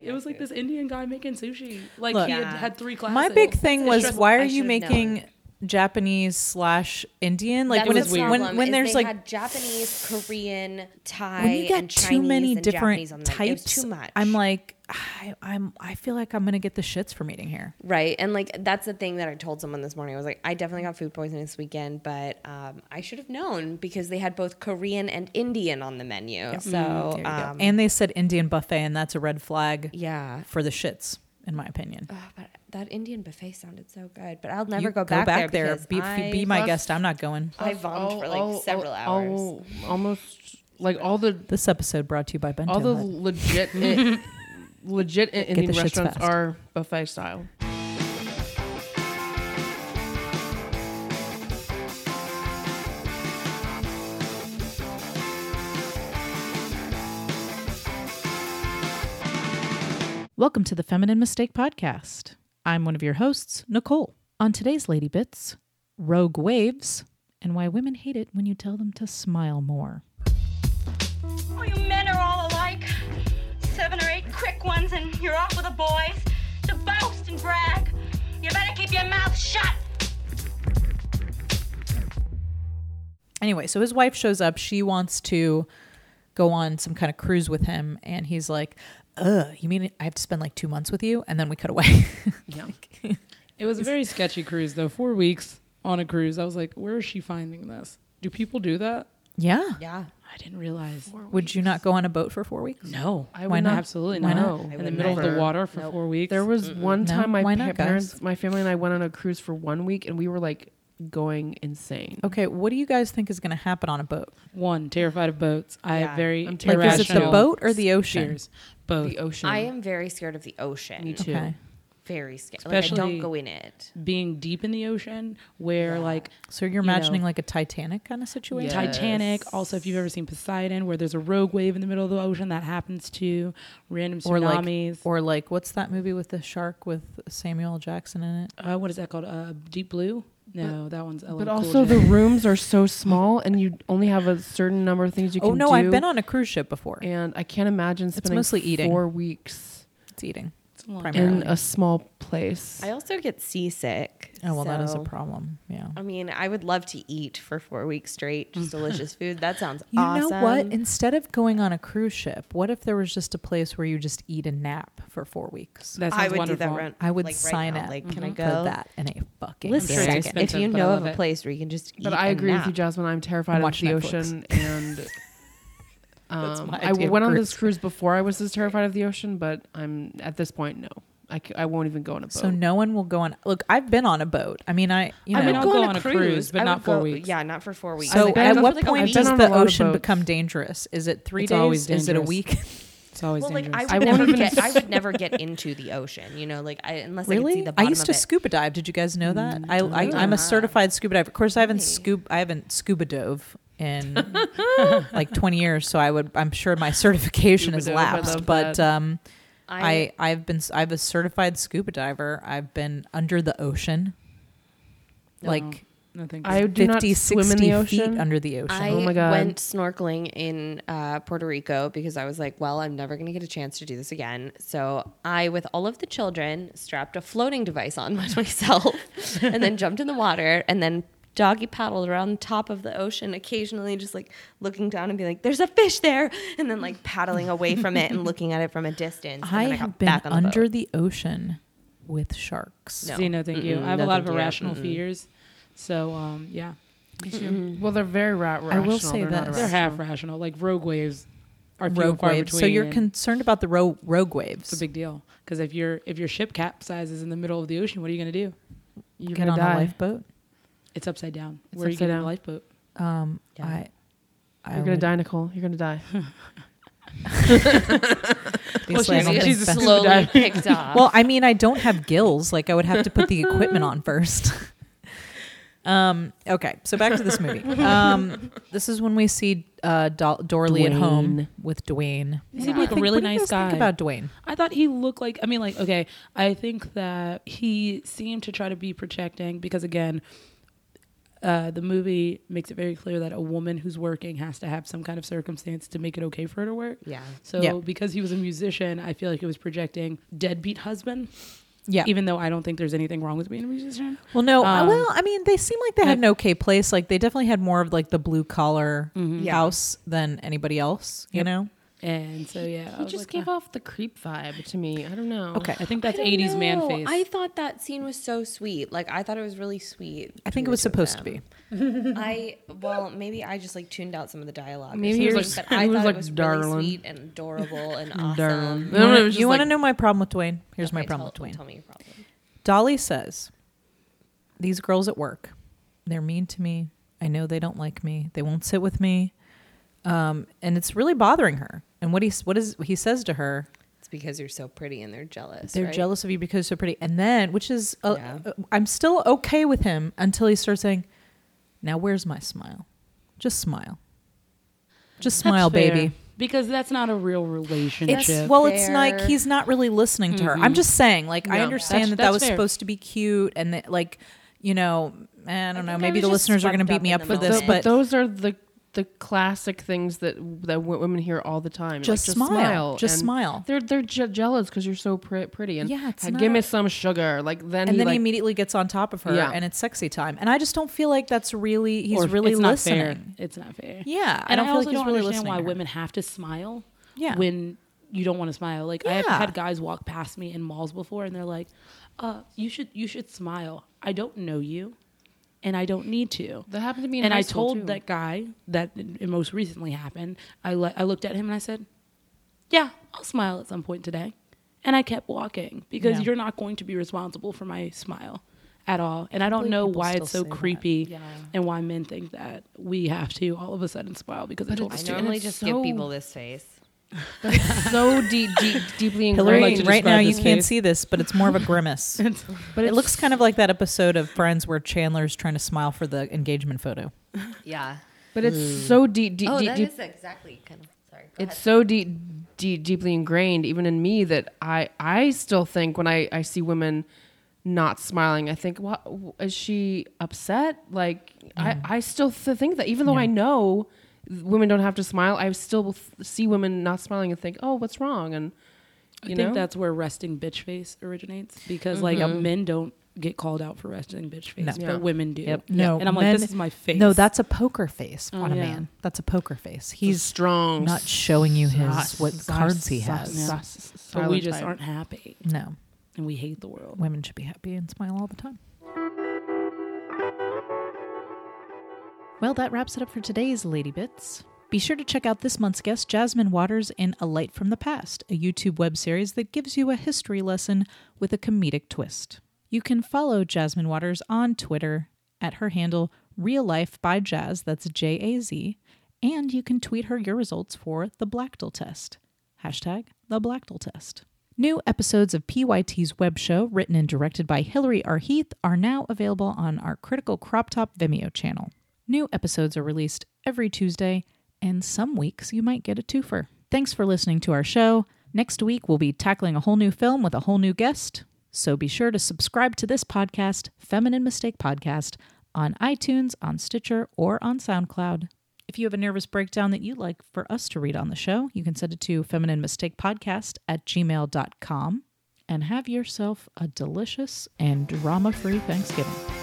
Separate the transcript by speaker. Speaker 1: It was like this Indian guy making sushi. Like
Speaker 2: Look,
Speaker 1: he had,
Speaker 3: Yeah.
Speaker 1: had three classes.
Speaker 2: My big thing
Speaker 3: It's
Speaker 2: was
Speaker 3: just-
Speaker 2: why
Speaker 3: I
Speaker 2: are you
Speaker 3: should've
Speaker 2: making
Speaker 3: known.
Speaker 2: Japanese slash Indian? Like
Speaker 3: That's
Speaker 2: when
Speaker 3: the
Speaker 2: it's when
Speaker 3: problem,
Speaker 2: when
Speaker 3: is
Speaker 2: there's
Speaker 3: they
Speaker 2: like
Speaker 3: had Japanese, Korean, Thai,
Speaker 2: when you get
Speaker 3: and Chinese
Speaker 2: too many
Speaker 3: and
Speaker 2: different
Speaker 3: Japanese on the menu. It was
Speaker 2: types,
Speaker 3: too much.
Speaker 2: I'm like, I, I'm I feel like I'm gonna get the shits from eating here.
Speaker 3: right, and like that's the thing that I told someone this morning. I was like, I definitely got food poisoning this weekend, but um, I should have known because they had both Korean and Indian on the menu.
Speaker 2: Mm,
Speaker 3: So
Speaker 2: There you go.
Speaker 3: um,
Speaker 2: and they said Indian buffet, and that's a red flag
Speaker 3: yeah,
Speaker 2: for the shits, in my opinion.
Speaker 3: Oh, but that Indian buffet sounded so good. But I'll never
Speaker 2: You
Speaker 3: go, back, there.
Speaker 2: Be,
Speaker 3: because I
Speaker 2: be my Oh,
Speaker 3: love-
Speaker 2: guest. I'm not going.
Speaker 3: I vomed for like several hours.
Speaker 2: oh,
Speaker 4: almost like all the
Speaker 2: This episode brought to you by Bento.
Speaker 4: all the
Speaker 2: Hut.
Speaker 4: legit legit Indian
Speaker 2: shits
Speaker 4: restaurants
Speaker 2: fast.
Speaker 4: are buffet style.
Speaker 2: Welcome to the Feminine Mistake Podcast. I'm one of your hosts, Nicole. On today's Lady Bits, Rogue Waves, and why women hate it when you tell them to smile more.
Speaker 5: Oh, you men are all alike. Seven or eight quick ones, and you're off with the boys to boast and brag. You better keep your mouth shut.
Speaker 2: Anyway, so his wife shows up. She wants to go on some kind of cruise with him, and he's like, Ugh, you mean I have to spend like two months with you? And then we cut away.
Speaker 1: It was a very sketchy cruise though. Four weeks on a cruise. I was like, where is she finding this? Do people do that?
Speaker 2: yeah.
Speaker 3: Yeah.
Speaker 1: I didn't realize.
Speaker 2: Would you not go on a boat for four weeks?
Speaker 1: No, I
Speaker 2: Why
Speaker 1: would
Speaker 2: not?
Speaker 1: not. Absolutely
Speaker 4: Why
Speaker 1: not.
Speaker 4: not? I
Speaker 1: In the
Speaker 3: would
Speaker 1: middle of
Speaker 4: never.
Speaker 1: the water for four weeks.
Speaker 4: There was one
Speaker 2: No?
Speaker 4: time
Speaker 2: Why
Speaker 4: my
Speaker 2: not,
Speaker 4: parents,
Speaker 2: guys?
Speaker 4: my family and I went on a cruise for one week and we were like going insane.
Speaker 2: Okay, what do you guys think is going to happen on a boat?
Speaker 1: one terrified of boats. I
Speaker 3: Yeah.
Speaker 1: have very
Speaker 4: I'm
Speaker 2: Like,
Speaker 1: irrational.
Speaker 2: is it the boat or the ocean?
Speaker 1: fears. Both.
Speaker 4: The ocean.
Speaker 3: I am very scared of the ocean.
Speaker 4: Me too.
Speaker 2: Okay.
Speaker 3: Very scared. Like, I don't
Speaker 1: Especially-
Speaker 3: go in it.
Speaker 1: Being deep in the ocean, where like
Speaker 2: So you're
Speaker 1: You know.
Speaker 2: imagining like a Titanic kind of situation?
Speaker 4: Yeah.
Speaker 1: Titanic. Also, if you've ever seen Poseidon, where there's a rogue wave in the middle of the ocean that happens to random
Speaker 2: Or like,
Speaker 1: tsunamis.
Speaker 2: or like, what's that movie with the shark with Samuel L. Jackson in it?
Speaker 1: uh, what is that called? Uh, Deep Blue? No, that one's. LL
Speaker 4: But
Speaker 1: Cool
Speaker 4: also
Speaker 1: J.
Speaker 4: the rooms are so small and you only have a certain number of things you can
Speaker 2: Oh
Speaker 4: do.
Speaker 2: no, I've been on a cruise ship before.
Speaker 4: and I can't imagine spending
Speaker 2: mostly eating.
Speaker 4: four weeks
Speaker 2: It's eating.
Speaker 1: It's a lot.
Speaker 2: primarily.
Speaker 4: in a small place.
Speaker 3: I also get seasick.
Speaker 2: Oh well, that is a
Speaker 3: so-
Speaker 2: problem. Yeah.
Speaker 3: I mean, I would love to eat for four weeks straight, just delicious food. That sounds
Speaker 2: You
Speaker 3: awesome.
Speaker 2: know what? Instead of going on a cruise ship, what if there was just a place where you just eat and nap for four weeks?
Speaker 1: That
Speaker 3: I
Speaker 1: sounds
Speaker 3: would
Speaker 1: wonderful.
Speaker 3: do that. Right,
Speaker 2: I would
Speaker 3: like, right
Speaker 2: sign
Speaker 3: now.
Speaker 2: up
Speaker 3: Like, can I
Speaker 2: for
Speaker 3: go?
Speaker 2: that in a fucking
Speaker 3: Listen,
Speaker 1: Very
Speaker 2: second.
Speaker 1: expensive,
Speaker 3: if you
Speaker 1: but I
Speaker 3: know
Speaker 1: love
Speaker 3: of a
Speaker 1: it.
Speaker 3: place where you can just eat
Speaker 4: But I
Speaker 3: and
Speaker 4: agree with
Speaker 3: nap.
Speaker 4: you, Jasmine. I'm terrified
Speaker 2: Watch
Speaker 4: of the
Speaker 2: Netflix.
Speaker 4: ocean, and um,
Speaker 2: my
Speaker 4: I
Speaker 2: idea of
Speaker 4: went on
Speaker 2: cruise.
Speaker 4: this cruise before I was this terrified of the ocean. But I'm at this point, no, I, c- I won't even go on a boat.
Speaker 2: So no one will go on. Look, I've been on a boat. I mean, I you know.
Speaker 1: I mean, I'll go on a cruise, but
Speaker 3: I
Speaker 1: not
Speaker 3: would
Speaker 1: four
Speaker 3: go-
Speaker 1: weeks.
Speaker 3: Yeah, not for four weeks.
Speaker 2: so
Speaker 4: I've been
Speaker 2: at
Speaker 4: on-
Speaker 2: what
Speaker 4: like,
Speaker 2: point
Speaker 4: I've been
Speaker 2: does
Speaker 4: on a
Speaker 2: the
Speaker 4: lot of
Speaker 2: ocean
Speaker 4: boats.
Speaker 2: become dangerous? Is it three
Speaker 1: It's
Speaker 2: days?
Speaker 1: always
Speaker 2: Is it a
Speaker 1: dangerous.
Speaker 2: week?
Speaker 1: It's always
Speaker 3: Well, like
Speaker 1: dangerous.
Speaker 3: I would
Speaker 4: I won't
Speaker 3: never
Speaker 4: even-
Speaker 3: get. I would never get into the ocean. You know, like I, unless I could see
Speaker 2: really?
Speaker 3: the
Speaker 2: I
Speaker 3: bottom
Speaker 2: used
Speaker 3: of
Speaker 2: to
Speaker 3: it.
Speaker 2: scuba dive. Did you guys know that? I, I I'm a certified scuba diver. Of course, I haven't scuba I haven't scuba dove in like 20 years, so I would I'm sure my certification
Speaker 4: Scuba
Speaker 2: has
Speaker 4: dove, I
Speaker 2: lapsed.
Speaker 4: love
Speaker 2: But
Speaker 4: that.
Speaker 2: um,
Speaker 3: I-
Speaker 2: I I've been I'm a certified scuba diver. I've been under the ocean, like
Speaker 1: No, thank
Speaker 4: I
Speaker 1: you.
Speaker 4: do
Speaker 2: 50,
Speaker 4: not swim
Speaker 2: 60
Speaker 4: in the
Speaker 2: feet
Speaker 4: ocean.
Speaker 2: under the ocean.
Speaker 3: I
Speaker 4: Oh my God.
Speaker 3: went snorkeling in uh, Puerto Rico because I was like, well, I'm never going to get a chance to do this again. So I, with all of the children, strapped a floating device on myself and then jumped in the water and then doggy paddled around the top of the ocean, occasionally just like looking down and being like, there's a fish there. And then like paddling away from it and looking at it from a distance. And
Speaker 2: I
Speaker 3: then got
Speaker 2: have been
Speaker 3: back on the
Speaker 2: under
Speaker 3: boat.
Speaker 2: the ocean with sharks.
Speaker 3: No.
Speaker 1: See, no, thank you.
Speaker 3: Mm-mm,
Speaker 1: I have a
Speaker 3: no,
Speaker 1: lot of
Speaker 3: thank you.
Speaker 1: irrational fears. So, um, yeah.
Speaker 4: Well, they're very rat rational.
Speaker 2: will say
Speaker 4: they're not
Speaker 2: this.
Speaker 1: They're
Speaker 4: irrational.
Speaker 1: half rational. Like rogue waves are few and
Speaker 2: Rogue
Speaker 1: far
Speaker 2: waves.
Speaker 1: between.
Speaker 2: So you're
Speaker 1: and
Speaker 2: concerned about the ro- rogue waves.
Speaker 1: it's a big deal because if your if your ship capsizes in the middle of the ocean, what are you going to do?
Speaker 4: You're
Speaker 2: Get
Speaker 4: gonna
Speaker 2: on
Speaker 4: die.
Speaker 2: a lifeboat.
Speaker 1: It's upside down.
Speaker 4: It's
Speaker 1: Where are you
Speaker 4: upside
Speaker 1: getting a
Speaker 4: down.
Speaker 1: lifeboat?
Speaker 2: Um,
Speaker 3: Yeah.
Speaker 2: I, I
Speaker 4: You're gonna
Speaker 2: would-
Speaker 4: die, Nicole. You're gonna die.
Speaker 2: obviously, I
Speaker 1: she's-
Speaker 2: don't think
Speaker 1: she's a
Speaker 2: that-
Speaker 1: slow-
Speaker 3: slowly picked off.
Speaker 2: well, I mean, I don't have gills. Like I would have to put the equipment on first. um. Okay. So back to this movie. Um. This is when we see uh Do- Dorley at home with Dwayne. What
Speaker 1: He
Speaker 2: do
Speaker 1: seemed
Speaker 2: you
Speaker 1: like a
Speaker 2: think-
Speaker 1: really
Speaker 2: what do you
Speaker 1: nice
Speaker 2: guys think
Speaker 1: guy.
Speaker 2: about Dwayne.
Speaker 1: I thought he looked like. I mean, like, okay. I think that he seemed to try to be protecting because, again, uh, the movie makes it very clear that a woman who's working has to have some kind of circumstance to make it okay for her to work.
Speaker 3: Yeah.
Speaker 1: So
Speaker 2: Yeah.
Speaker 1: because he was a musician, I feel like it was projecting deadbeat husband.
Speaker 2: Yeah.
Speaker 1: Even though I don't think there's anything wrong with being a musician.
Speaker 2: well, no. uh,
Speaker 1: Um,
Speaker 2: well, I mean, they seem like they had an okay place. Like they definitely had more of like the blue collar
Speaker 3: Yeah.
Speaker 2: house than anybody else. You know.
Speaker 1: And so yeah, I
Speaker 4: He
Speaker 1: was
Speaker 4: just
Speaker 1: like,
Speaker 4: gave off the creep vibe to me. I don't know.
Speaker 2: Okay.
Speaker 1: I think that's
Speaker 3: I don't
Speaker 1: 80s man
Speaker 3: know.
Speaker 1: face.
Speaker 3: I thought that scene was so sweet. Like I thought it was really sweet.
Speaker 2: I
Speaker 3: between
Speaker 2: think
Speaker 3: the
Speaker 2: it was
Speaker 3: two of
Speaker 2: supposed to
Speaker 3: them.
Speaker 2: be.
Speaker 3: I well, maybe I just like tuned out some of the dialogue. or
Speaker 4: Maybe he
Speaker 3: something,
Speaker 4: was like-
Speaker 3: but I
Speaker 4: he was
Speaker 3: thought
Speaker 4: like,
Speaker 3: it was
Speaker 4: "Darling."
Speaker 3: really sweet and adorable and awesome.
Speaker 4: Darling.
Speaker 3: Okay,
Speaker 4: I don't know, it
Speaker 2: You
Speaker 4: was just
Speaker 2: want to
Speaker 4: like-
Speaker 2: know my problem with Dwayne? Here's my problem
Speaker 3: tell,
Speaker 2: with Dwayne.
Speaker 3: Tell me your problem.
Speaker 2: Dolly says, These girls at work, they're mean to me. I know they don't like me. They won't sit with me. Um, and it's really bothering her. And what he what is he says to her,
Speaker 3: It's because you're so pretty and they're jealous.
Speaker 2: they're
Speaker 3: right?
Speaker 2: jealous of you because you're so pretty. And then, which is, uh,
Speaker 3: Yeah.
Speaker 2: uh, I'm still okay with him until he starts saying, Now, where's my smile? Just smile. Just
Speaker 1: That's
Speaker 2: smile,
Speaker 1: fair,
Speaker 2: baby.
Speaker 1: Because that's not a real relationship.
Speaker 2: It's, well, it's like
Speaker 3: Fair.
Speaker 2: he's not really listening to her.
Speaker 3: Mm-hmm.
Speaker 2: I'm just saying, like, I
Speaker 4: No.
Speaker 1: That's-
Speaker 2: understand that that
Speaker 1: that's
Speaker 2: was
Speaker 1: fair.
Speaker 2: supposed to be cute and that, like, you know, I don't know.
Speaker 3: think I
Speaker 2: Maybe
Speaker 3: was
Speaker 2: the
Speaker 3: just
Speaker 2: listeners are going to
Speaker 3: swept
Speaker 2: beat
Speaker 3: up
Speaker 2: me
Speaker 3: in
Speaker 2: up
Speaker 3: the
Speaker 2: for this,
Speaker 3: moment.
Speaker 4: Th-
Speaker 2: but
Speaker 4: but those are the the classic things that that wo- women hear all the time. Like,
Speaker 2: Just smile. Just
Speaker 4: and
Speaker 2: smile.
Speaker 4: They're they're je- jealous because you're so pre- pretty and
Speaker 2: Yeah, it's
Speaker 4: "Hey, give me
Speaker 2: not-
Speaker 4: some sugar. Like then
Speaker 2: and
Speaker 4: he,
Speaker 2: then he
Speaker 4: like,
Speaker 2: immediately gets on top of her,
Speaker 4: Yeah.
Speaker 2: and it's sexy time. And I just don't feel like that's really he's
Speaker 1: Or
Speaker 2: really
Speaker 1: it's not
Speaker 2: listening.
Speaker 1: fair. It's not fair.
Speaker 2: Yeah, I
Speaker 1: and
Speaker 2: don't
Speaker 1: I,
Speaker 2: feel
Speaker 1: also
Speaker 2: like he's
Speaker 1: don't
Speaker 2: really
Speaker 1: understand
Speaker 2: listening
Speaker 1: why
Speaker 2: to her.
Speaker 1: women have to smile.
Speaker 2: Yeah.
Speaker 1: When you don't want to smile, like I have
Speaker 2: Yeah.
Speaker 1: had guys walk past me in malls before, and they're like, "Uh, you should you should smile. I don't know you, and I don't need to."
Speaker 4: That happened to me in
Speaker 1: and
Speaker 4: high
Speaker 1: I
Speaker 4: school,
Speaker 1: told
Speaker 4: too.
Speaker 1: that guy that it most recently happened. I le- I looked at him and I said, "Yeah, I'll smile at some point today," and I kept walking because
Speaker 2: Yeah.
Speaker 1: you're not going to be responsible for my smile at all. And I don't
Speaker 2: believe
Speaker 1: know
Speaker 2: people
Speaker 1: why
Speaker 2: still
Speaker 1: it's so
Speaker 2: say that.
Speaker 1: creepy
Speaker 4: Yeah.
Speaker 1: and why men think that we have to all of a sudden smile because they
Speaker 4: But
Speaker 1: told
Speaker 4: it's
Speaker 1: us
Speaker 3: I
Speaker 1: to.
Speaker 4: And
Speaker 3: normally
Speaker 4: it's
Speaker 3: just
Speaker 4: so-
Speaker 3: give people this face.
Speaker 4: that's so deep, deep deeply
Speaker 2: Hillary,
Speaker 4: ingrained.
Speaker 1: to
Speaker 2: right
Speaker 1: describe
Speaker 2: now you
Speaker 1: this
Speaker 2: can't
Speaker 1: face.
Speaker 2: see this, but it's more of a grimace.
Speaker 4: but
Speaker 2: it looks kind of like that episode of Friends where Chandler's trying to smile for the engagement photo.
Speaker 3: Yeah.
Speaker 4: But it's
Speaker 2: Mm.
Speaker 4: so deep, deep,
Speaker 3: Oh,
Speaker 4: deep,
Speaker 3: that
Speaker 4: deep
Speaker 3: is exactly kind of. Sorry. Go
Speaker 4: it's so deep, deep, deeply ingrained even in me that I, I still think when I, I see women not smiling, I think, what is she upset? Like, I, I still th- think that even though I know women don't have to smile, I still th- see women not smiling and think, oh, what's wrong? And you
Speaker 1: I think
Speaker 4: know, Mm-hmm.
Speaker 1: that's where resting bitch face originates because like men don't get called out for resting bitch face, but
Speaker 4: Yeah.
Speaker 1: women do.
Speaker 2: No,
Speaker 1: and I'm
Speaker 2: men-
Speaker 1: like, this is my face.
Speaker 2: No, that's a poker face on a
Speaker 1: yeah.
Speaker 2: man. That's a poker face. He's
Speaker 4: strong,
Speaker 2: not showing you his
Speaker 4: sus-
Speaker 2: what
Speaker 4: sus-
Speaker 2: cards he
Speaker 4: sus-
Speaker 2: has.
Speaker 4: sus-
Speaker 1: Yeah.
Speaker 4: sus-
Speaker 1: but we
Speaker 4: silent
Speaker 1: just
Speaker 4: type.
Speaker 1: aren't happy
Speaker 2: No,
Speaker 1: and we hate the world.
Speaker 2: women should be happy and smile all the time. Well, that wraps it up for today's Lady Bits. Be sure to check out this month's guest, Jasmine Waters, in A Light from the Past, a YouTube web series that gives you a history lesson with a comedic twist. You can follow Jasmine Waters on Twitter at her handle Real Life by Jazz, that's J A Z, and you can tweet her your results for the Blackdill test. Hashtag the Blackdill test. New episodes of PYT's web show, written and directed by Hillary R. Heath, are now available on our Critical Crop Top Vimeo channel. New episodes are released every Tuesday, and some weeks you might get a twofer. Thanks for listening to our show. Next week, we'll be tackling a whole new film with a whole new guest. So be sure to subscribe to this podcast, Feminine Mistake Podcast, on iTunes, on Stitcher, or on SoundCloud. If you have a nervous breakdown that you'd like for us to read on the show, you can send it to feminine mistake podcast at gmail.com and have yourself a delicious and drama free Thanksgiving.